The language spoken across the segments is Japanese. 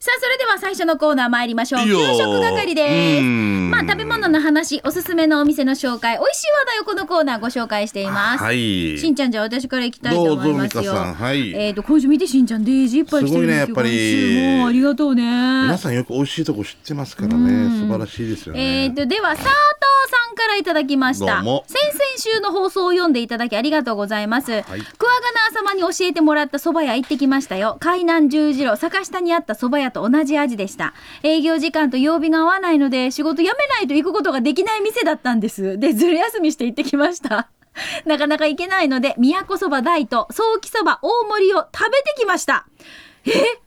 さあそれでは最初のコーナー参りましょういい給よ食係でうすんまあ食べ物の話おすすめのお店の紹介美味しい話題をこのコーナーご紹介しています、はい。しんちゃんじゃあ私から行きたいと思いますよどうぞ美香さんはいえーと今週見てしんちゃんデージいっぱい来てるんですよすごいねやっぱり今週もありがとうね皆さんよく美味しいとこ知ってますからね。素晴らしいですよえー、ね。とでは佐藤さんからいただきましたどうも先々週の放送を読んでいただきありがとうございます、クワガナー様に教えてもらった蕎麦屋行ってきましたよ海南十字路坂下にあった蕎麦屋と同じ味でした営業時間と曜日が合わないので仕事辞めないと行くことができない店だったんですでずる休みして行ってきました なかなか行けないので宮古そば大と早期そば大盛りを食べてきました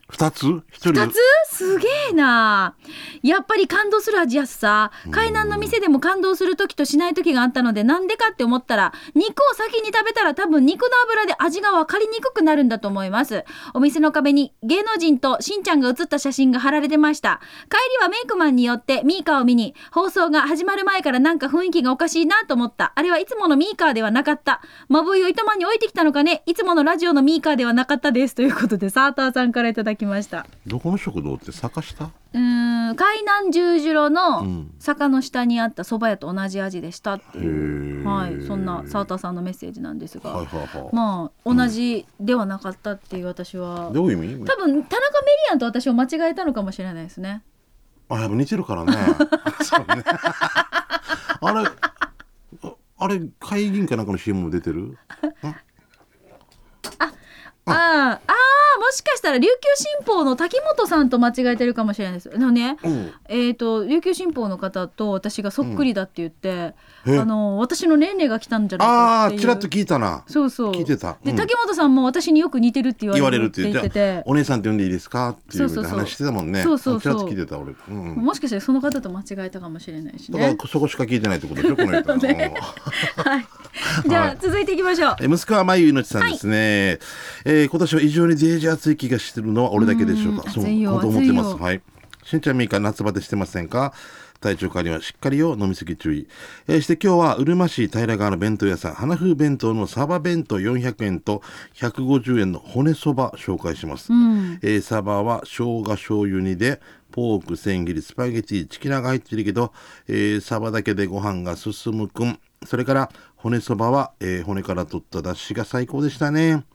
二つ一人二つすげえなやっぱり感動する味やすさ海南の店でも感動する時としない時があったのでなんでかって思ったら肉を先に食べたら多分肉の油で味が分かりにくくなるんだと思いますお店の壁に芸能人としんちゃんが写った写真が貼られてました帰りはメイクマンによってミーカーを見に放送が始まる前からなんか雰囲気がおかしいなと思ったあれはいつものミーカーではなかったまぶいを糸満に置いてきたのかねいつものラジオのミーカーではなかったですということでサーターさんからいただきましたどこの食堂って坂下？うーん海南十字路うのん坂の下にあった蕎麦屋と同じ味でしたっていう、へーはい、そんな澤田さんのメッセージなんですが、はいはいはいまあ同じではなかったっていう私は、どういう意味？多分田中メリアンと私を間違えたのかもしれないですね。あ、やっぱ似てるから ね。そうね。あれ、ああれ、会議員かなんかの CM も出てるあああーもしかしたら琉球新報の滝本さんと間違えてるかもしれないです。あのね、んえっ、と琉球新報の方と私がそっくりだって言って、うんえあの私の年齢が来たんじゃないかあってあ、いう。ちらっと聞いたな。そうそう。聞いてたで、うん竹本さんも私によく似てるって言われ言るわれるって言言ってってて、お姉さんって呼んでいいですかっていうそうそうそう話してたもんね。そうそうそうちらっと聞いてた俺。うん。もしかしたらその方と間違えたかもしれないしだからね。そこしか聞いてないってことでしょ、この人。 ねうんはい。 じゃあ、続いていきましょう。え息子はまゆいのちさんですね、えー今年は異常にデージ暑い気がしてるのは俺だけでしょうかうんそう暑いよ本当思ってま暑すいよはいしんちゃんみーか夏バテしてませんか体調管理はしっかりよ飲みすぎ注意、えーして今日はうるま市平川の弁当屋さん花風弁当のサバ弁当400円と150円の骨そば紹介します、うん。えーサバは生姜醤油煮でポーク千切りスパゲティチキナが入ってるけど、えーサバだけでご飯が進むくんそれから骨そばは、えー骨から取った出汁が最高でしたね、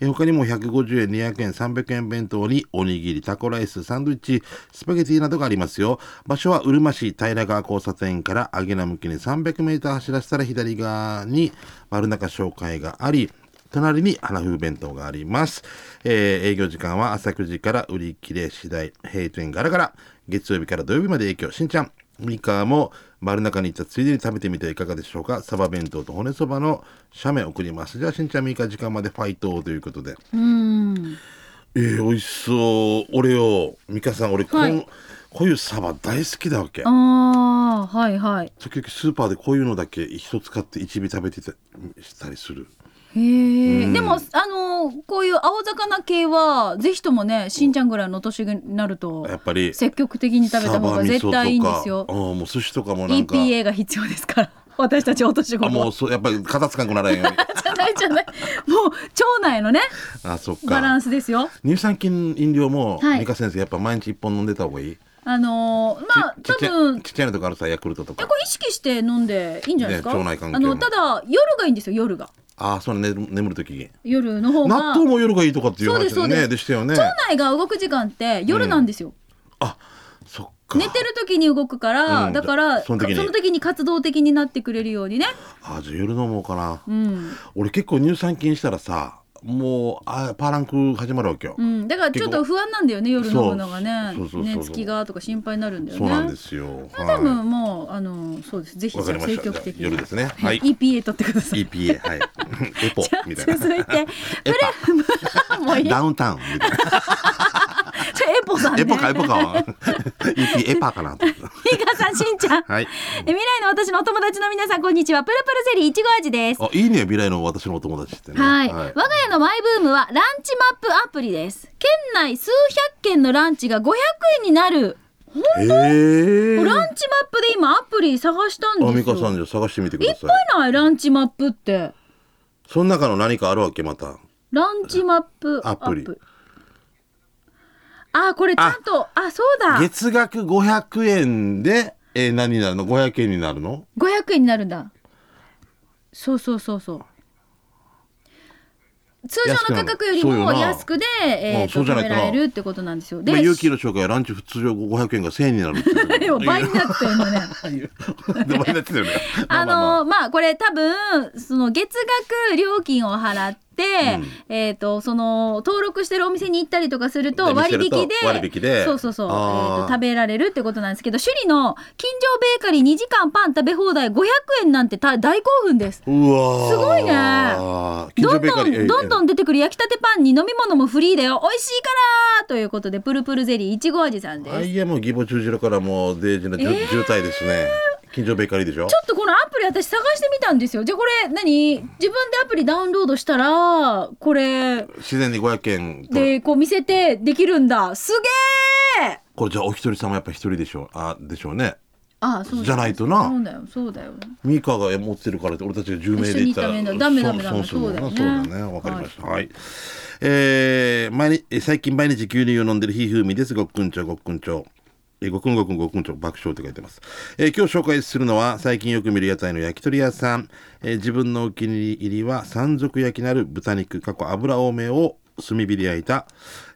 えー他にも150円200円300円弁当におにぎりタコライスサンドイッチスパゲティなどがありますよ場所はうるま市平川交差点から揚げな向きに 300m 走らせたら左側に丸中商会があり隣に花風弁当があります、えー営業時間は朝9時から売り切れ次第閉店ガラガラ月曜日から土曜日まで営業しんちゃんミカも丸中に行ったついでに食べてみてはいかがでしょうかサバ弁当と骨そばの写メ送りますじゃあしんちゃんミカ時間までファイトということでうん。えー、美味しそう俺よミカさん俺こ,、はいこういうサバ大好きだわけああ、はいはい。時々スーパーでこういうのだけ一つ買って一尾食べてたしたりするへえ。でも、あのーこういう青魚系は、ぜひともね、しんちゃんぐらいの年になると、やっぱり積極的に食べた方が絶対いいんですよサバ味噌と。かああもう寿司とかもなんか EPA が必要ですから。私たちお年あ頃もは。うそうやっぱり肩つかんくならんようにじゃないじゃない。もう、町内のね、 あそっバラかンスですよ。乳酸菌飲料も、はい美香先生やっぱ毎日一本飲んでた方がいいあのーまあ、ち多ちっちゃい分、ちっちゃいのとかあるさヤクルトとえかこれ意識して飲んでいいんじゃないですか、ね腸内環境あのただ夜がいいんですよ夜がああそうね眠眠る時に夜の方が納豆も夜がいいとかっていうそうで話すねそうですでしたよね腸内が動く時間って夜なんですよ、あそっか寝てる時に動くから、うんだからその時に活動的になってくれるようにねあじゃあ夜飲もうかな、うん、俺結構乳酸菌したらさもうあパーランク始まるわけよ、うん、だからちょっと不安なんだよね夜飲むのがねそうそうそうそう寝つきがとか心配になるんだよねそうなんですよ、まあはい多分もうあのそうですぜひわじかゃりあ積ました極じゃ的あに夜ですねはい EPA 取ってください EPA はいエポじゃあみたいな続いてプレもういいじゃダウンタウンみたいなあエポさんねエポかエポかは EP エパかなと思ったヒガさんしんちゃんはいえ未来の私のお友達の皆さんこんにちはプルプルゼリーいちご味ですあいいね未来の私のお友達ってねはい、我が家のマイブームはランチマップアプリです県内数百件のランチが500円になるえー、ランチマップで今アプリ探したんであ美すよ香さんじゃあ探してみてくいだっさいぱいないランチマップってその中の何かあるわけまたランチマップアプリああーこれちゃんとあそうだ月額500円で、えー何になるの500円になるの500円になるんだそうそうそうそう通常の価格よりも安安くくで、えー、そうとじゃない食べとなられるってことなんですよでまあ、有機の紹介はランチ普通常500円が1000円になるっていうで も倍になってんのね でもやってたよねまああまあまあのまあこれ多分その月額料金を払って、えっ、とその登録してるお店に行ったりとかするとお店割に引するとで割引でそうそうそう、えあーーと食べられるってことなんですけど首里の近所ベーカリー2時間パン食べ放題500円なんてた大興奮ですうわーすごいね近ど所んベーカどリーんどんどん出てくる焼きたてパンに飲み物もフリーだよ美味しいからということでプルプルゼリーいちご味さんです、あいやもう義母十字路からもうデイジーなじゅ、えー渋滞ですね近所ベーカリーでしょちょっとこのアプリ私探してみたんですよじゃあこれ何自分でアプリダウンロードしたらこれ自然に500円とでこう見せてできるんだすげえこれじゃあお一人様やっぱ一人でしょあでしょうねあそうだじゃないとなそうだよそうだよミカが持ってるからって俺たちが10名で行ったら一緒に行ったらダメダメダメそうそうそうそうだよねそうだねわかりましたはい、えー毎日えー最近毎日牛乳を飲んでるひふみですごっくんちょごっくんちょえーごっくんごっくんごっくんちょ爆笑って書いてます、えー今日紹介するのは最近よく見る屋台の焼き鳥屋さん、えー自分のお気に入りは山賊焼きなる豚肉過去油多めを炭火で焼いた、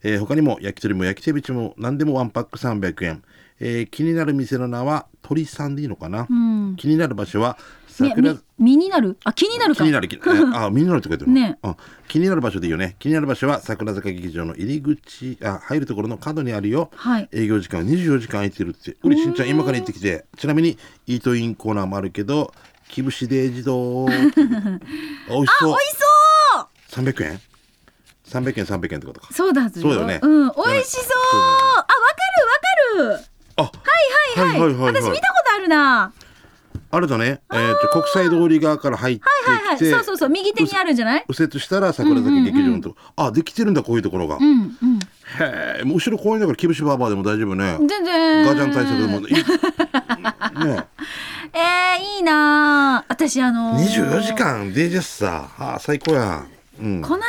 えー他にも焼き鳥も焼き手びちも何でもワンパック300円、えー気になる店の名は鳥さんでいいのかな、うん気になる場所はみ桜、み身になるあ気になる気かになる気あ気になるって書いてあるねうん気になる場所でいいよね気になる場所は桜坂劇場の入り口あ入るところの角にあるよ、はい営業時間は24時間空いてるってうりしんちゃん今から行ってきてちなみにイートインコーナーもあるけどキブシデイ ジド美味しそ美う味しそう300円300円300円ってことかそうだはずそうだよねうん美味しそうあわかるわかるあはいはいはい,、はいはいはいはい私見たことあるなあれだねえーと国際通り側から入ってはいはいはきいて、そうそうそう右手にあるんじゃない右折したら桜坂劇場のとこ、あできてるんだこういうところが、うんうんへえもう後ろ公園だからキブシバーバーでも大丈夫ね全然ガジャン対策でもいいねえー、いいなー私あのー二十四時間デイジャスさああ最高やん、うん、この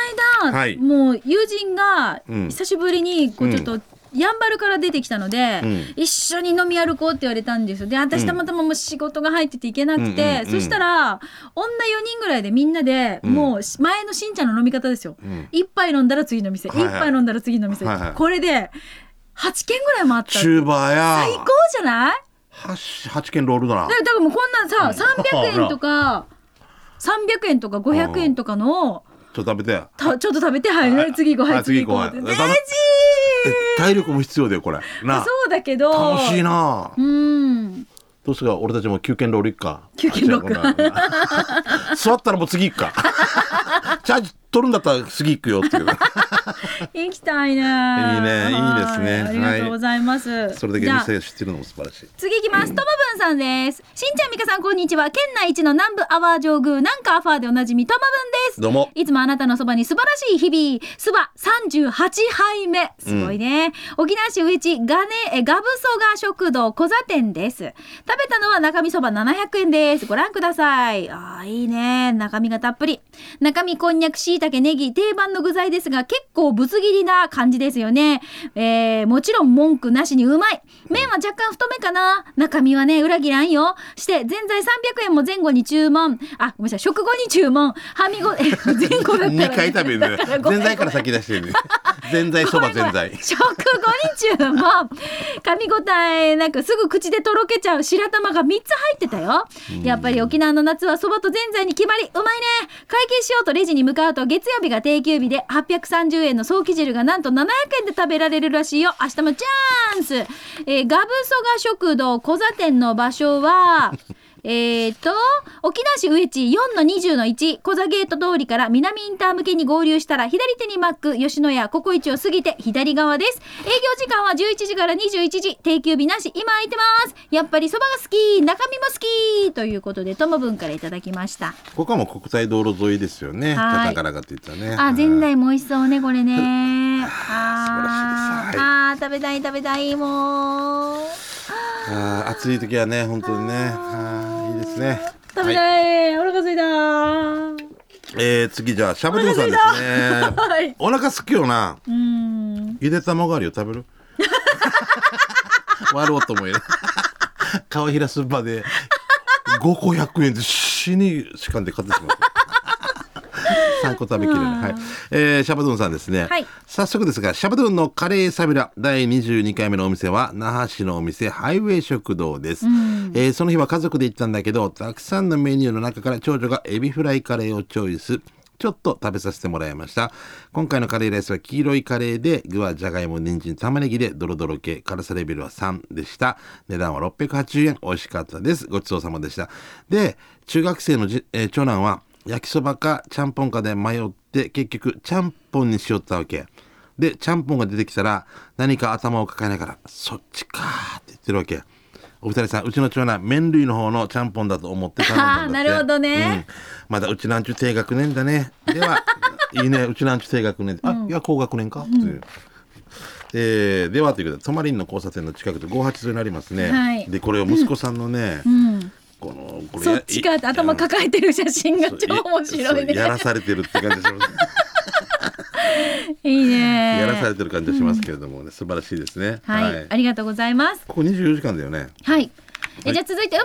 間、はいもう友人がうん久しぶりにこううんちょっと、やんばるから出てきたので、うん一緒に飲み歩こうって言われたんですよでう私んたまたまもう仕事が入ってて行けなくて、うんうんうんそしたら女4人ぐらいでみんなで、うんもうし前のしんちゃんの飲み方ですよ、うん一杯飲んだら次の店、はいはい一杯飲んだら次の店、はいはいこれで8軒ぐらい回ったチューバーや最高じゃない八八件ロールだなだから多分もうこんなんさ300円と か300円とか500円とかのちょっと食べてたちょっと食べてはい次ごあ飯次次ごご飯飯ってだデジえ体力も必要だよこれーなそうだけどあ楽しいなあうんどうすか俺たちも九件ロール行くか九軒ロールあ違うごめん ごめん座ったらもう次行くかチャージ取るんだったら次行くよ っていう行きたいねいいいねいいですねありがとうございます、それだけじゃあ店知ってるのも素晴らしい次行きます。ともぶんさんです。しんちゃん、みかさん、こんにちは。県内一の南部アワー上宮、南下アファーでおなじみ、ともぶんです。どうもいつもあなたのそばに素晴らしい日々。そば38杯目。すごいね。沖縄市上地、ガネ、え、ガブソガ食堂小座店です。食べたのは中身そば700円です。ご覧ください。ああ、いいね。中身がたっぷり。中身こんにゃく、椎茸、ネギ、定番の具材ですが、結構ぶつ切りな感じですよね。えー、もちろん文句なしにうまい。麺は若干太めかな。中身はね、裏切らんよ。して、全在300円も前後に注文。あ、ごめんなさい。食後に注文。はみご、え、前後だったら、二回食べるねだ。らごめ前ん菜から先出してるね。前菜そば前菜。食後に注文噛み応えなくすぐ口でとろけちゃう白玉が3つ入ってたよやっぱり沖縄の夏はそばとぜんざいに決まりうまいね会計しようとレジに向かうと月曜日が定休日で830円の早期汁がなんと700円で食べられるらしいよ明日もチャンス、えーガブソガ食堂小座店の場所はえー、と沖縄市上地4の20の1小座ゲート通りから南インター向けに合流したら左手にマック吉野家ココイチを過ぎて左側です営業時間は11時から21時定休日なし今空いてますやっぱりそばが好き中身も好きということでともぶんからいただきま したここはもう国際道路沿いですよね。はいカタカラがって言ったね。あぜんざいも美味しそうねこれねあ 素晴らしいですーあー食べたい食べたいもうあー暑い時はね、本当にね。あーいいですね。食べはい、たい、お腹すいたーえー、次じゃあ、 しゃぶりょうさんですね。はいお腹すくよな。うーん ゆで卵あるよ、食べる割ろうと思いな川平スーパーで5個100円で死にしかんで買ってしまった 3個食べきれない、はいえーシャバドゥンさんですね、はい早速ですがシャバドゥンのカレーサビラ第22回目のお店は那覇市のお店ハイウェイ食堂です、えーその日は家族で行ったんだけどたくさんのメニューの中から長女がエビフライカレーをチョイスちょっと食べさせてもらいました今回のカレーライスは黄色いカレーで具はじゃがいも人参玉ねぎでドロドロ系辛さレベルは3でした値段は680円美味しかったですごちそうさまでしたで中学生のじ、えー長男は焼きそばかちゃんぽんかで迷って結局ちゃんぽんにしよったわけでちゃんぽんが出てきたら何か頭を抱えながら「そっちか」って言ってるわけお二人さんうちの長男麺類の方のちゃんぽんだと思って頼ん だんだってなるほどねうんまだうちなんちゅう低学年だね ではいいねうちなんちゅう低学年あ、いや高学年かっていう、えーではということでトマリンの交差点の近くで58沿いになりますね、はいでこれを息子さんのね、うん、このこれそっちかって頭抱えてる写真がえ超面白いねそうやらされてるって感じしますいいねやらされてる感じがしますけれどもね、素晴らしいですね。はい、ありがとうございますここ24時間だよね。はいはえいじゃあ続いてうま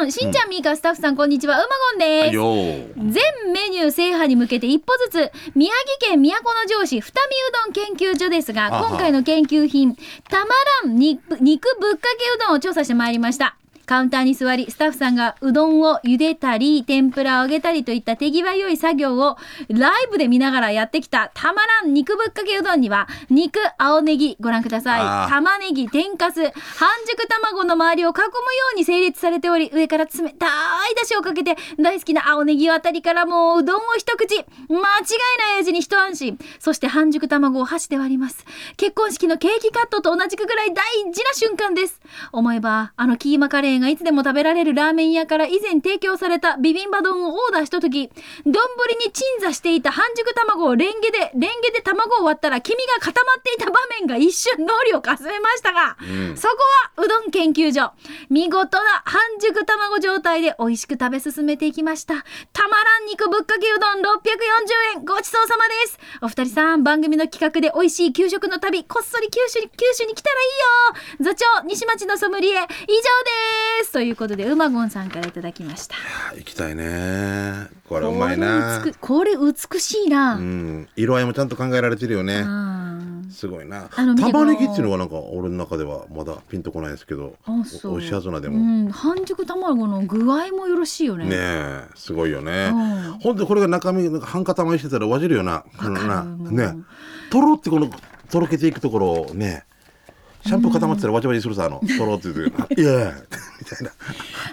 ごんさんしんちゃんみーかスタッフさんこんにちはうまごんです、はいよー全メニュー制覇に向けて一歩ずつ宮城県都城市二見うどん研究所ですがあは今回の研究品たまらん肉肉ぶっかけうどんを調査してまいりましたカウンターに座りスタッフさんがうどんを茹でたり天ぷらを揚げたりといった手際良い作業をライブで見ながらやってきたたまらん肉ぶっかけうどんには肉青ネギご覧くださいあー玉ねぎ天かす半熟卵の周りを囲むように整列されており上から冷たいだしをかけて大好きな青ネギをあたりからもううどんを一口間違いない味に一安心そして半熟卵を箸で割ります結婚式のケーキカットと同じくぐらい大事な瞬間です思えばあのキーマカレーがいつでも食べられるラーメン屋から以前提供されたビビンバ丼をオーダーした時丼に鎮座していた半熟卵をレンゲでレンゲで卵を割ったら黄身が固まっていた場面が一瞬脳裏をかすめましたが、うんそこはうどん研究所見事な半熟卵状態で美味しく食べ進めていきましたたまらん肉ぶっかけうどん640円ごちそうさまですお二人さん番組の企画で美味しい給食の旅こっそり九州に九州に来たらいいよ座長西町のソムリエ以上ですということでうまごんさんからいただきましたあ行きたいね。これうまいなこれ。美これ美しいな、うん、色合いもちゃんと考えられてるよね。うんすごいな。あの見て玉ねぎこのっていうのはなんか俺の中ではまだピンとこないですけど、あそうお美味しいはずなでうも。ん、半熟卵の具合もよろしいよねねえ、すごいよねうん。ほんとこれが中身なんか半固まりしてたらわじるよな。このわかな、るね、とろってこのとろけていくところをね。シャンプー固まってたらわじわじするさ、あの、とろって言うて、いやみたいな。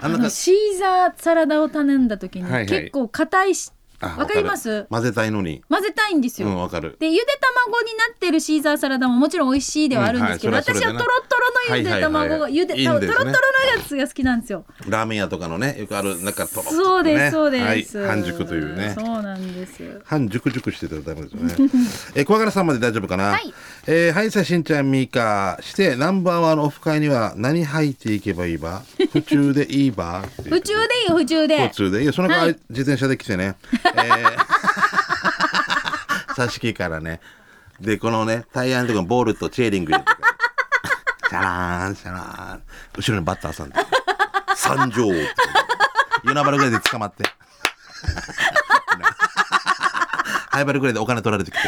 ああんなのかシーザーサラダを頼んだ時にはいはい結構硬いし、あわかります混ぜたいのに。混ぜたいんですうよ、ん、わかる。でゆで卵になってるシーザーサラダももちろん美味しいではあるんですけど、うんはいそれ私はそはれトでロねットロのゆではいは卵が、いはいゆでいいんトロですトロねのやつが好きなんですよラーメン屋とかのね、よくある、なんかとろっとね、そうですそうです、はい、半熟というねそ。うなんです半熟熟してたらダメですよ ね。えー、小柄さんまで大丈夫かな。はいえーはいさしんちゃんみーかしてナンバーワンのオフ会には何入っていけばい いば。普通でいいば。宇宙でいいよ宇宙で交通でいやその代わりは自転車で来てね。えー 挿し木からね。でこのねタイヤのとこにボールとチェーリング入 れてからシャラーンシャラーン後ろにバッターさんで「三条」って夜なばるぐらいで捕まって。 ハイバルぐらいでお金取られてきて。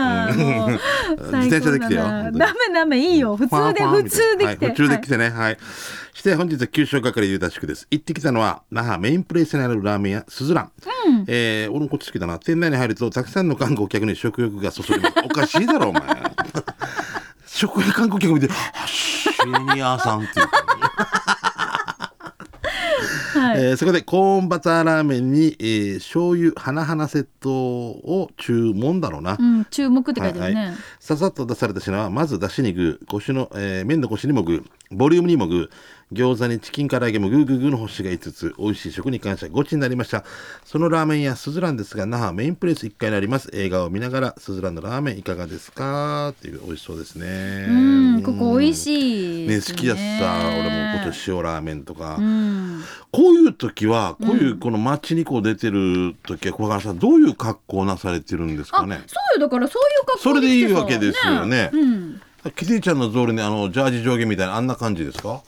あーもう自転車で来てよ最高だな本当にダメダメいいよ普通でファンファン普みたい通なで来て、はい、普通で来てねはい、して本日は九州係ゆうたしくです行ってきたのは那覇メインプレイスにあるラーメン屋すずらん、えー俺もこっち好きだな店内に入るとたくさんの観光客に食欲がそそりますおかしいだろお前 食欲観光客見てあシニアさんっていう はいえーそこでコーンバターラーメンに、えー、醤油花々セットを注文だろうな、うん、注目って書いてあるね、はいはいささっと出された品はまずだしに具腰の、えー麺の腰にも具ボリュームにも具餃子にチキン唐揚げもグーグーグーの星が5つ美味しい食に感謝ごちになりましたそのラーメン屋すずらんですが那覇メインプレイス1階にあります映画を見ながらすずらんのラーメンいかがですかっていう美味しそうですねうん、ここ美味しいねで好すきやしさ俺も今年塩ラーメンとか、うん、こういう時はこういうこの街にこう出てる時は小川さんどういう格好をなされてるんですあ、かねそうよだからそういう格好それでいいわけですよねうん、キティちゃんのゾールにあのジャージ上下みたいなあんな感じですか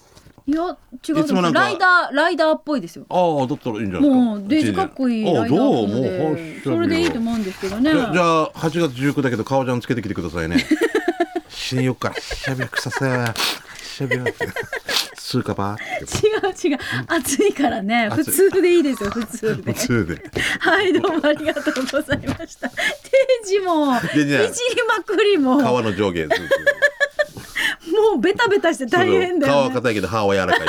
いや違いつもなうんかライダーライダーっぽいですよああだったらいいんじゃないですかもうデイジかっこいいあラあイダどーうなものうでそれでいいと思うんですけどねじゃじゃあ8月19だけど革ジャンつけてきてくださいね 死によっからしゃべくささしゃべスーカバーって違う違う暑いからね普暑い通でいいですよ普通 で普通 ではいどうもありがとうございま した定時もいじりでねまくりもも革の上下ずっとうベタベタして大変だそれをよね皮は硬いけど歯は柔らかいって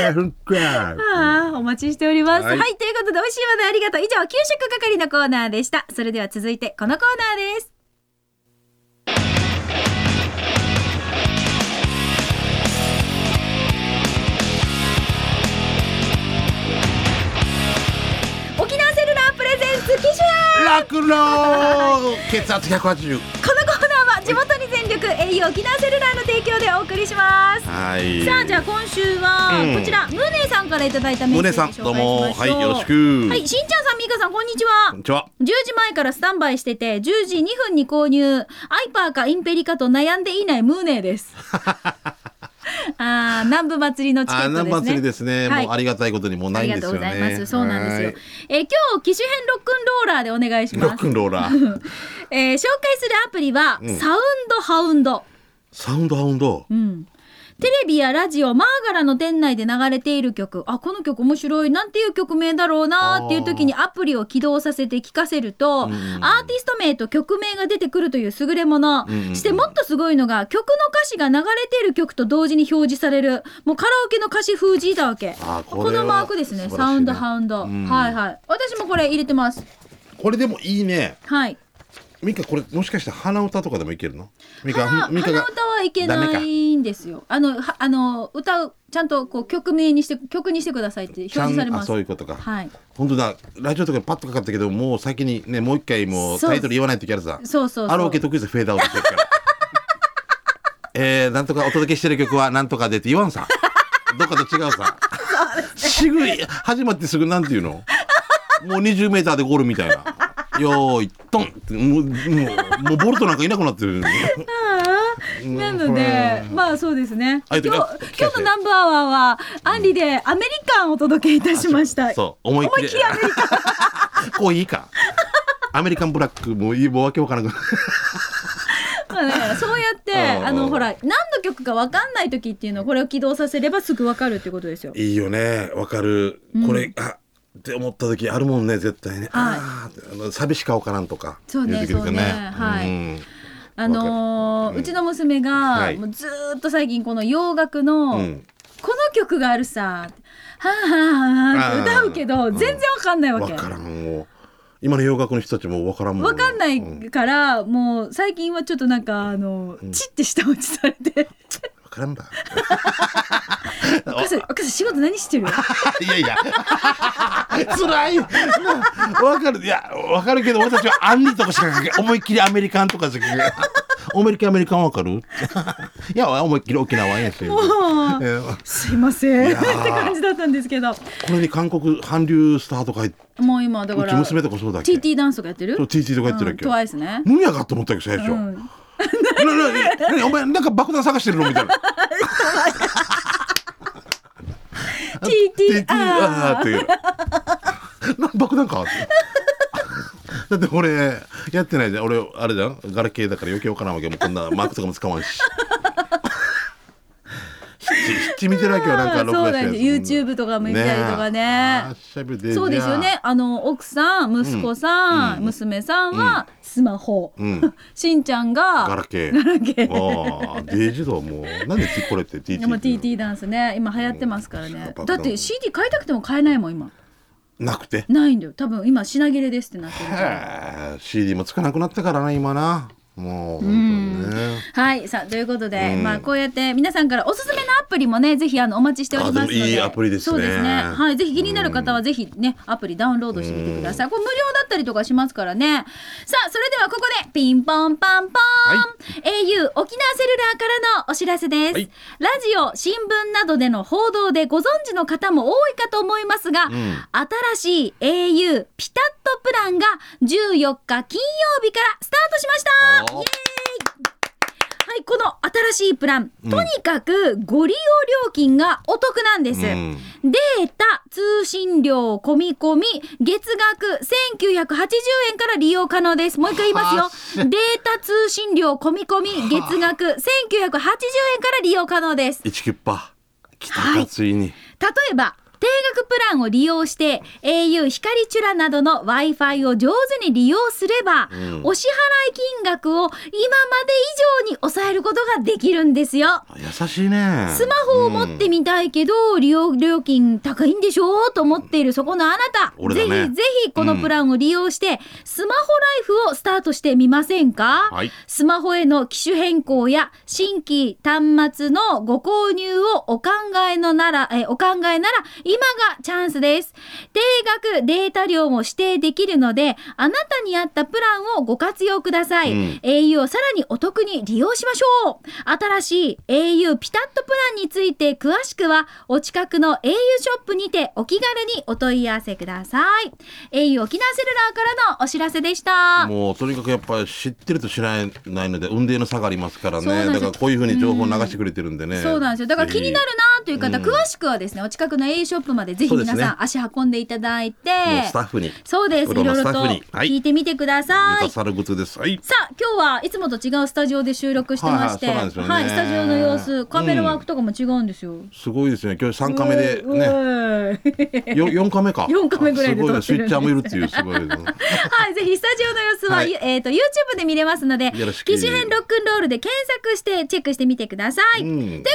いうあ ふっかああお待ちしておりますは、はいいということで美味しいまでありがとう以上給食係のコーナーでしたそれでは続いてこのコーナーです沖縄セルラープレゼンツ機種楽の血圧180このコーナーは地元に全力 au 沖縄セルラーの提供でお送りしますはいさあじゃあ今週はうんこちら、ムーネさんからいただいたメッムセーネジさん紹どう介しもましょうはいよろしくはいしんちゃんさんみーかさんこんにちこんはにちは10時前からスタンバイしてて10時2分に購入アイパーかインペリかと悩んでいないムーネです あー南部祭りのチケッあトですなね祭りですね、はいもうありがたいことにもうなあいりんがですとようねございますそうなんですよはいえー今日機種編ロックンローラーでお願いしロまッすクンロー ラーえー紹介するアプリは、うんサウンドハウンドサウンドハウンドうん、テレビやラジオマーガラの店内で流れている曲あこの曲面白いなんていう曲名だろうなっていう時にアプリを起動させて聴かせると、うんアーティスト名と曲名が出てくるという優れもの、うんしてもっとすごいのが曲の歌詞が流れている曲と同時に表示されるもうカラオケの歌詞封じだわけあーこれこはのマークですね素晴らしいねサウンドハウンド、うんはいはい私もこれ入れてますこれでもいいねはいミカこれもしかして鼻歌とかでもいけるのミカ鼻ミカ鼻が歌はいけダメなかいんですよ。あのはあの歌うちゃんとこう曲名にして曲にしてくださいって表ちゃ示されんまあすそう。いうことか、はい。本当だラジオとかパッとかかったけどもう先にねもう一回もうそうタイトル言わないといけないさそうそうそう。アローケ得意さフェードアウトしてるからえー、なんとかお届けしてる曲はなんとかでって言わんさどっかと違うさすぐい始まってすぐなんていうのもう 20m でゴールみたいな「よーいドン!」ってもうもうもうボルトなんかいなくなってるああなのでうまあそうですね。あ今り日がとう今ご日ざいますのナンバーワンはアンリでアメリカンをお届けいたしました。そう思いっき思いっりきりアメリカン。 こういいかアメリカンブラックもういいもうわけわからなくなるまあだからそうやってうんうんあのほら何の曲かわかんない時っていうのはこれを起動させればすぐわかるってことですよ。いいよねわかる、これあって思った時あるもんね絶対ね、あーあの寂しかわからんとかそうねい時ですよそうねはいんあのーうちの娘が、はいもうずーっと最近この洋楽の、うんこの曲があるさ「はあはあはあ」って歌うけどうん全然わかんないわわけ。からんもう今の洋楽の人たちもわからんもんわかんなういから、もう最近はちょっとなんかあの、チッて下落ちされ てわからんだ「お母さんお母さん仕事何 してる?」いやいや辛い わかるいやわかるけど俺たちはアンリとかしか書け思いっきりアメリカンとかしか書け 思いっきりアメリカンわかる いや思いっきり沖縄やしもうえーすいませんいってやー感じだったんですけどこれに韓国韓流スターとか入ってもう今だかうちら娘とかそうだっけ TT ダンスとかやってるそう TT とかやってるっけトワイスね。無やかと思ったけど最初、うなんなななお前なんか爆弾探してるのみたいな TT ああーっーていうな爆弾かってだって俺やってないじゃん俺あれじゃんガラケーだから余計わからんわけもうこんなマークとかも使わんし七七見てるわけよなんか録そう画しだてよね YouTube とかも見たりとかねあーしゃべってんじゃんそうですよね。あの奥さん、息子さん、娘さんはスマホ。んしんちゃんがガラケガーラケー。ああデイジドはもうなんでこれって TT でも TT ダンスね、今流行ってますからやねっ。ぱだって CD 買いたくても買えないもん今。なくてないんだよ。多分今品切れですってなって るから。へえ CD もつかなくなったからな今なもう本当にねはい、さあということで、うんまあこうやって皆さんからおすすめのアプリもね、ぜひあのお待ちしておりますので、あでもいいアプリですねそうですね。はい、ぜひ気になる方はぜひね、アプリダウンロードしてみてください。これ無料だったりとかしますからね。さあそれではここでピンポンパンポーン、au 沖縄セルラーからのお知らせです。はいラジオ新聞などでの報道でご存知の方も多いかと思いますが、ん新しい au ピタッとプランが14日金曜日からスタートしました。イエーおイいこの新しいプラン、とにかくご利用料金がお得なんです、うんデータ通信料込み込み月額1980円から利用可能ですもう一回言います よデータ通信料込み込み月額1980円から利用可能です一キュッパ来たはかいついに、例えば定額プランを利用して au 光チュラなどの w i f i を上手に利用すれば、うんお支払い金額を今まで以上に抑えることができるんですよ。優しいねスマホを持ってみたいけど、利用料金高いんでしょうと思っているそこのあなた、俺ぜだひねぜひこのプランを利用して、スマホライフをスタートしてみませんか、はいスマホへの機種変更や新規端末のご購入をお考えのなら、えお考えなら今がチャンスです。定額データ量も指定できるので、あなたに合ったプランをご活用ください。うん au をさらにお得に利用しましょう新しい au ピタッとプランについて詳しくはお近くの au ショップにてお気軽にお問い合わせください au 沖縄セルラーからのお知らせでしたもうとにかくやっぱり知ってると知らないので運命の差がありますからねそうなんですだよからこういうふうに情報を流してくれてるんでね、そうなんですよだから気になるなという方、うん詳しくはですねお近くの au ショップまでぜひそうですね皆さん足運んでいただいてぜひもうスタッフにそうですいプロろのいスろタとッフにはい聞いてみてくださいサルグッズですはいさあ今日はいつもと違うスタジオで収録してまして、はいはいそうなんですよねスタジオの様子カメラワークとかも違うんですよ、すごいですね今日3カメでねね。よ4カメか四カメぐらいで撮ってるあすごいねスイッチャーもいるっていうすごいですねはい、ぜひスタジオの様子は、はいえっ、と YouTube で見れますので、よろしく機種編ロックンロールで検索してチェックしてみてください。うんということで、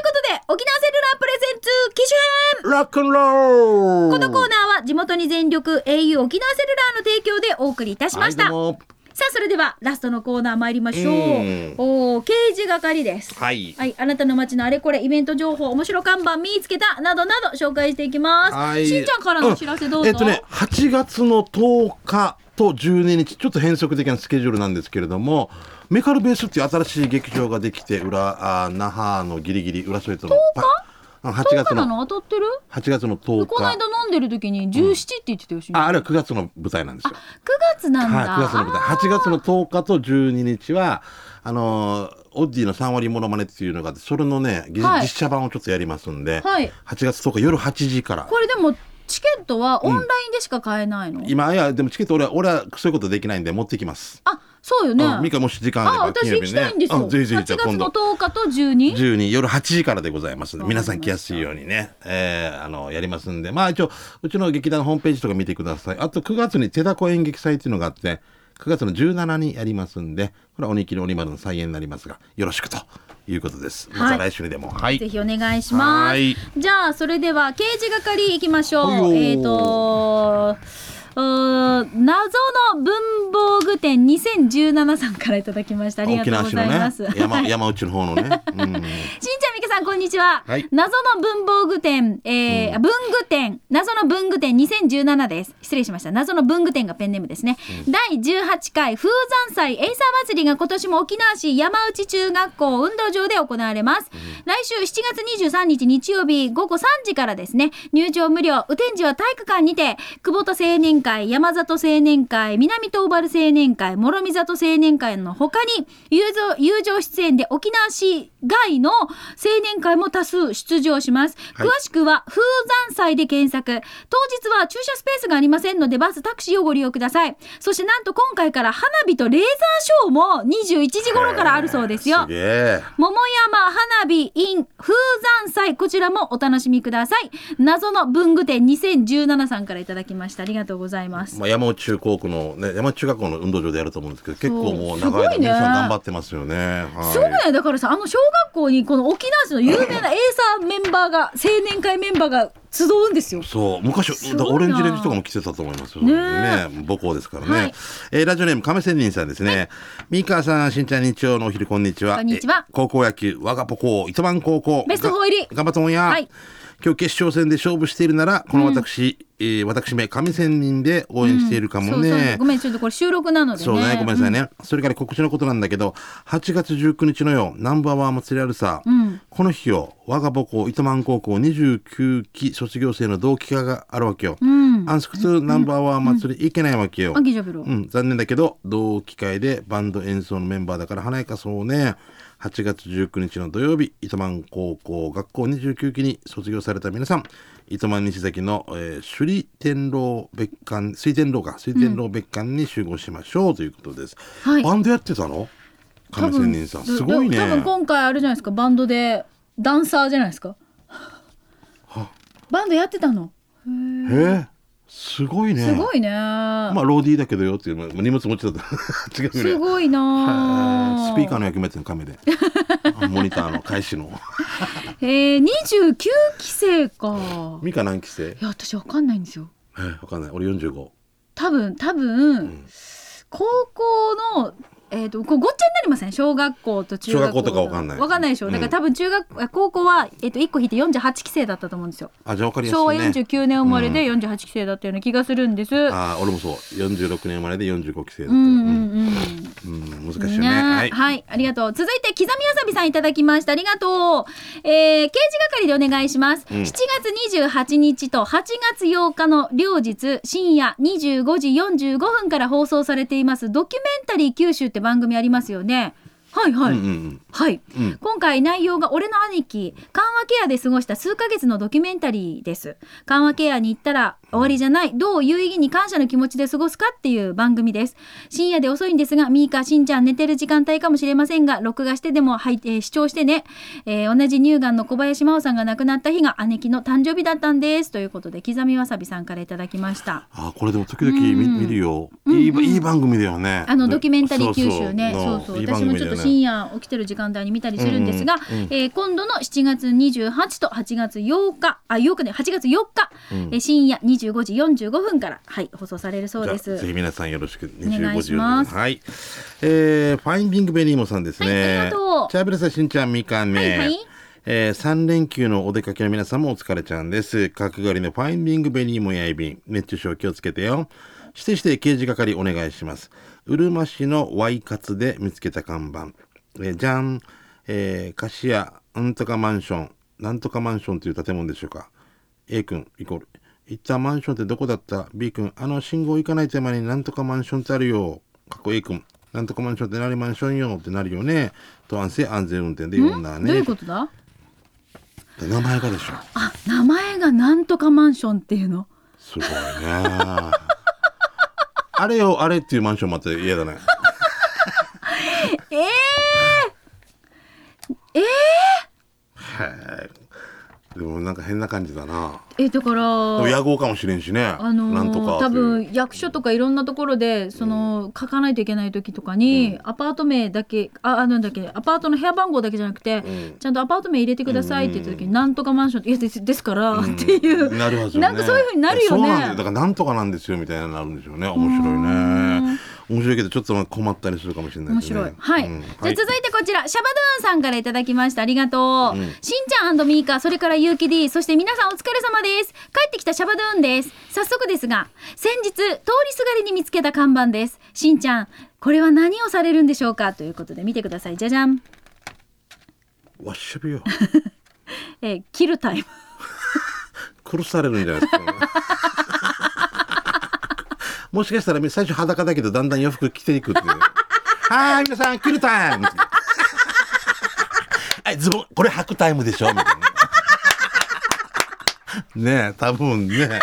沖縄セルラープレゼンツ機種編ロックンローこルのコーナーは地元に全力 au 沖縄セルラーの提供でお送りいたしました。はいどうもさあそれではラストのコーナー参りましょう。うんおー刑事係です。はいはい、あなたの街のあれこれイベント情報面白看板見つけたなどなど紹介していきます。はいしんちゃんからのお知らせどうぞ。えっとね、8月の10日と12日、ちょっと変則的なスケジュールなんですけれども、メカルベースっていう新しい劇場ができて、裏、あー那覇のギリギリ、裏添えとの。10日 ?8 10日月なの、の当たってる8月の10この間日。飲んでる時に17って言ってたよ、しんちゃんあ、あれは9月の舞台なんですよ。 9月なんはい、だ、 9月の舞台。8月の10日と12日は、あのーオッディの3割モノマネっていうのがあってそれのね、ぎはい実写版をちょっとやりますんで、はい8月10日夜8時からこれでもチケットはオンラインでしか買えないの、今いやでもチケット俺は俺はそういうことできないんで持ってきます。あそうよね、うん、ミカもし時間あれあば私行きたいんです金曜日ねよ、うん、ぜひぜ8ひじゃ月あ今の度10日と 12? 12夜8時からでございますのでわかりま皆したさん来やすいようにね、えーあのやりますんでまあ一応うちの劇団ホームページとか見てくださいあと9月に手凧演劇祭っていうのがあって9月の17にやりますんでこれはおにぎりおにまるの再演になりますがよろしくということですまた来週にでもはい、ぜひお願いしまはすいじゃあそれでは刑事係いきましょうほいえよーっ、とうー謎の文房具店2017さんからいただきましたありがと沖うご縄市ざいまのねす、山山内の方のね、 しうん、んちゃんみかさんこんにちは、はい謎の文房具店、えー文具店謎の文具店2017です失礼しました謎の文具店がペンネームですね、第18回風山祭エイサー祭りが今年も沖縄市山内中学校運動場で行われます、来週7月23日日曜日午後3時からですね入場無料雨天時は体育館にて久保田青年会山里青年会南東原青年会諸見里青年会の他に友情友情出演で沖縄市外の青年会も多数出場します、はい詳しくは風山祭で検索当日は駐車スペースがありませんのでバスタクシーをご利用くださいそしてなんと今回から花火とレーザーショーも21時頃からあるそうですよすげえ桃山花火 in 風山祭こちらもお楽しみください謎の文具店2017さんからいただきましたありがとうございますまあ、山内中高校の、ね、山内中学校の運動場でやると思うんですけど結構もそううす長ごいい間ね皆さん頑張ってますよね。はいすごくないだからさあの小学校にこの沖縄市の有名なエイサーメンバーが青年会メンバーが集うんですよそう昔すごいなだオレンジレンジとかも着てたと思いますよねねえ母校ですからね、はいえーラジオネーム亀仙人さんですね、三川さんしんちゃん日曜のお昼こんにちはこんにちはえー高校野球我が母校糸満高校ベスト4入りが頑張ったもんや、はい今日決勝戦で勝負しているならこの私、えー私め亀仙人で応援しているかもね、そうそうごめんちょっとこれ収録なのでねそうね、ごめんなさいね。それから告知のことなんだけど、8月19日のよ、ナンバーワン祭りあるさ、んこの日を我が母校、糸満高校29期卒業生の同期会があるわけよ。うんアンスク2ナンバーワン祭り行けないわけよ。アンキージャブロうん、残念だけど同期会でバンド演奏のメンバーだから華やかそうね8月19日の土曜日糸満高校学校29期に卒業された皆さん糸満西崎の、えー、首里天狼別館水天狼か水天狼別館に集合しましょうということです、はいバンドやってたの亀仙人さんすごいね多分今回あれじゃないですかバンドでダンサーじゃないですかバンドやってたのへえすごいねすごいね、まあローディーだけどよっていうまあ荷物持ちだった 違うすよねごいなはいスピーカーの役目やってるの亀で モニターの返しのえー、29期生かミカ何期い生や私わかんないんですよえーわかんない俺45多分多分、ん高校のえー、とこうごっちゃになりません小学校と中学校小学校とかわかんないわかんないでしょ、だから多分中学高校は、えー、と1個引いて48期生だったと思うんですよあじゃあ分かりやすいね昭和49年生まれで48期生だったような気がするんです、あー俺もそう46年生まれで45期生だったううん、うんんうん難しいよねねはい、はい、ありがとう。続いて、刻みあさびさんいただきました。ありがとう。えー、刑事係でお願いします。うん7月28日と8月8日の両日、深夜25時45分から放送されています、ドキュメンタリー九州って番組ありますよね。はいはい。うんうんはい。うんうん今回内容が俺の兄貴緩和ケアで過ごした数ヶ月のドキュメンタリーです緩和ケアに行ったら終わりじゃないどう有意義に感謝の気持ちで過ごすかっていう番組です深夜で遅いんですがミーカしんちゃん寝てる時間帯かもしれませんが録画してでも、はいえー視聴してね、えー同じ乳がんの小林真央さんが亡くなった日が姉貴の誕生日だったんですということで刻みわさびさんからいただきましたあーこれでも時々見,、うん見るよ、うんうんいいばいい番組だよねあのドキュメンタリー九州ね、そそううそそうういい番私も組ちだょっとよね深夜起きてる時間帯に見たりするんですが、うんうんうんえー今度の7月28と8月8日、あ、8日ね、8月8日、うんえー深夜25時45分から、はい、放送されるそうでじゃあぜす。ひ皆さんよろしくお願25い時しよますはい、えー、ファインディングベリーモさんですね、はいありがとうチャーベルさんしんちゃんみかんね、はいはいえ3連休のお出かけの皆さんもお疲れちゃんです。角刈りのファインディングベリーもやいびん。熱中症気をつけてよ。してして刑事係お願いします。うるま市のワイカツで見つけた看板。えーじゃん。えー、菓子屋、なんとかマンション。なんとかマンションという建物でしょうか。A 君、イコール。行ったマンションってどこだった ?B 君、あの信号行かない手前になんとかマンションってあるよ。かっこ A 君、なんとかマンションってなりマンションよってなるよね。と安静安全運転でいろんなね。どういうことだ名前がでしょあ、名前がなんとかマンションっていうの。すごいね あれよあれっていうマンションもあって嫌だね えー、でもなんか変な感じだなえー、だから、でも野号かもしれんしね、あのーなんと多かっていう分役所とかいろんなところでその、書かないといけない時とかに、アパート名だけああなんだっけアパートの部屋番号だけじゃなくて、んちゃんとアパート名入れてくださいって言った時に、なんとかマンションっていやですですから、うんっていうなるはずよねなんかそういう風になるよねそうなんだよだからなんとかなんですよみたいになるんですよね面白いね面白いけどちょっと困ったりするかもしれない面ですね白い、はい、うんじゃあはい続いてこちらシャバドゥーンさんからいただきましたありがとう、うんしんちゃんミーカそれからゆうき D そして皆さんお疲れ様です帰ってきたシャバドゥーンです早速ですが先日通りすがりに見つけた看板ですしんちゃんこれは何をされるんでしょうかということで見てくださいじゃじゃん、わっしゃびよえー切るタイ ム殺されるんじゃないですかもしかしたら最初裸だけどだんだん洋服着てい くっていうねはーい皆さん来るタイ ムはいズボンこれ履くタイムでしょみたいな ねえ多分ね だ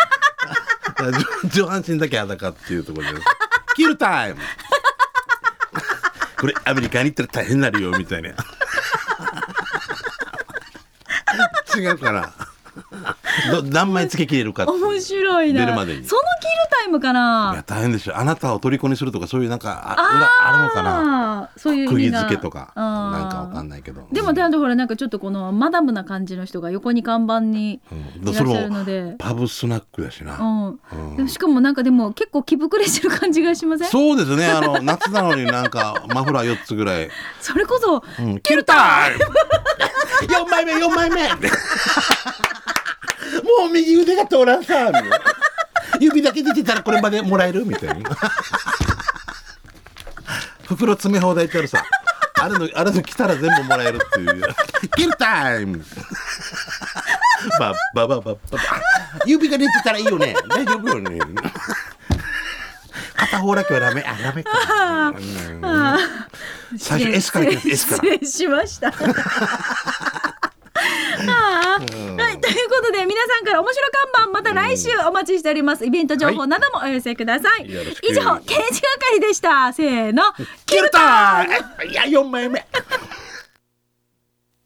から上上半身だけ裸っていうところです切るタイムこれアメリカに行ったら大変になるよみたいな 違うから ど何枚付け切れるかっていう面白いな出るまでにその切るタイムかないや大変でしょあなたを虜にするとかそういうなんかあ裏あるのかなあーそういう意釘味が付けとかあーなんかわかんないけどでもだってほらなんかちょっとこのマダムな感じの人が横に看板にうんいでらっしそゃれるもので、パブスナックだしうな、んうんでもしかもなんかでも結構着膨れしてる感じがしませんそそうですねあの夏なのになんかマフラー4つぐらい、れこそうん、キルタイ ム4枚目4枚目もう右腕が通らんさみたいな指だけ出てたらこれまでもらえるみたいな 袋詰め放題ってあるさあれのあれの来たら全部もらえるっていうキルタイム ババババババ指が出てたらいいよね大丈夫よね片方だけはダメあダメ かうん最初 S からいきま失す礼 S から失礼しま した。はあはい、ということで皆さんから面白看板また来週お待ちしておりますイベント情報などもお寄せください、よろしく以上刑事係でしたせーのキルターいや4枚目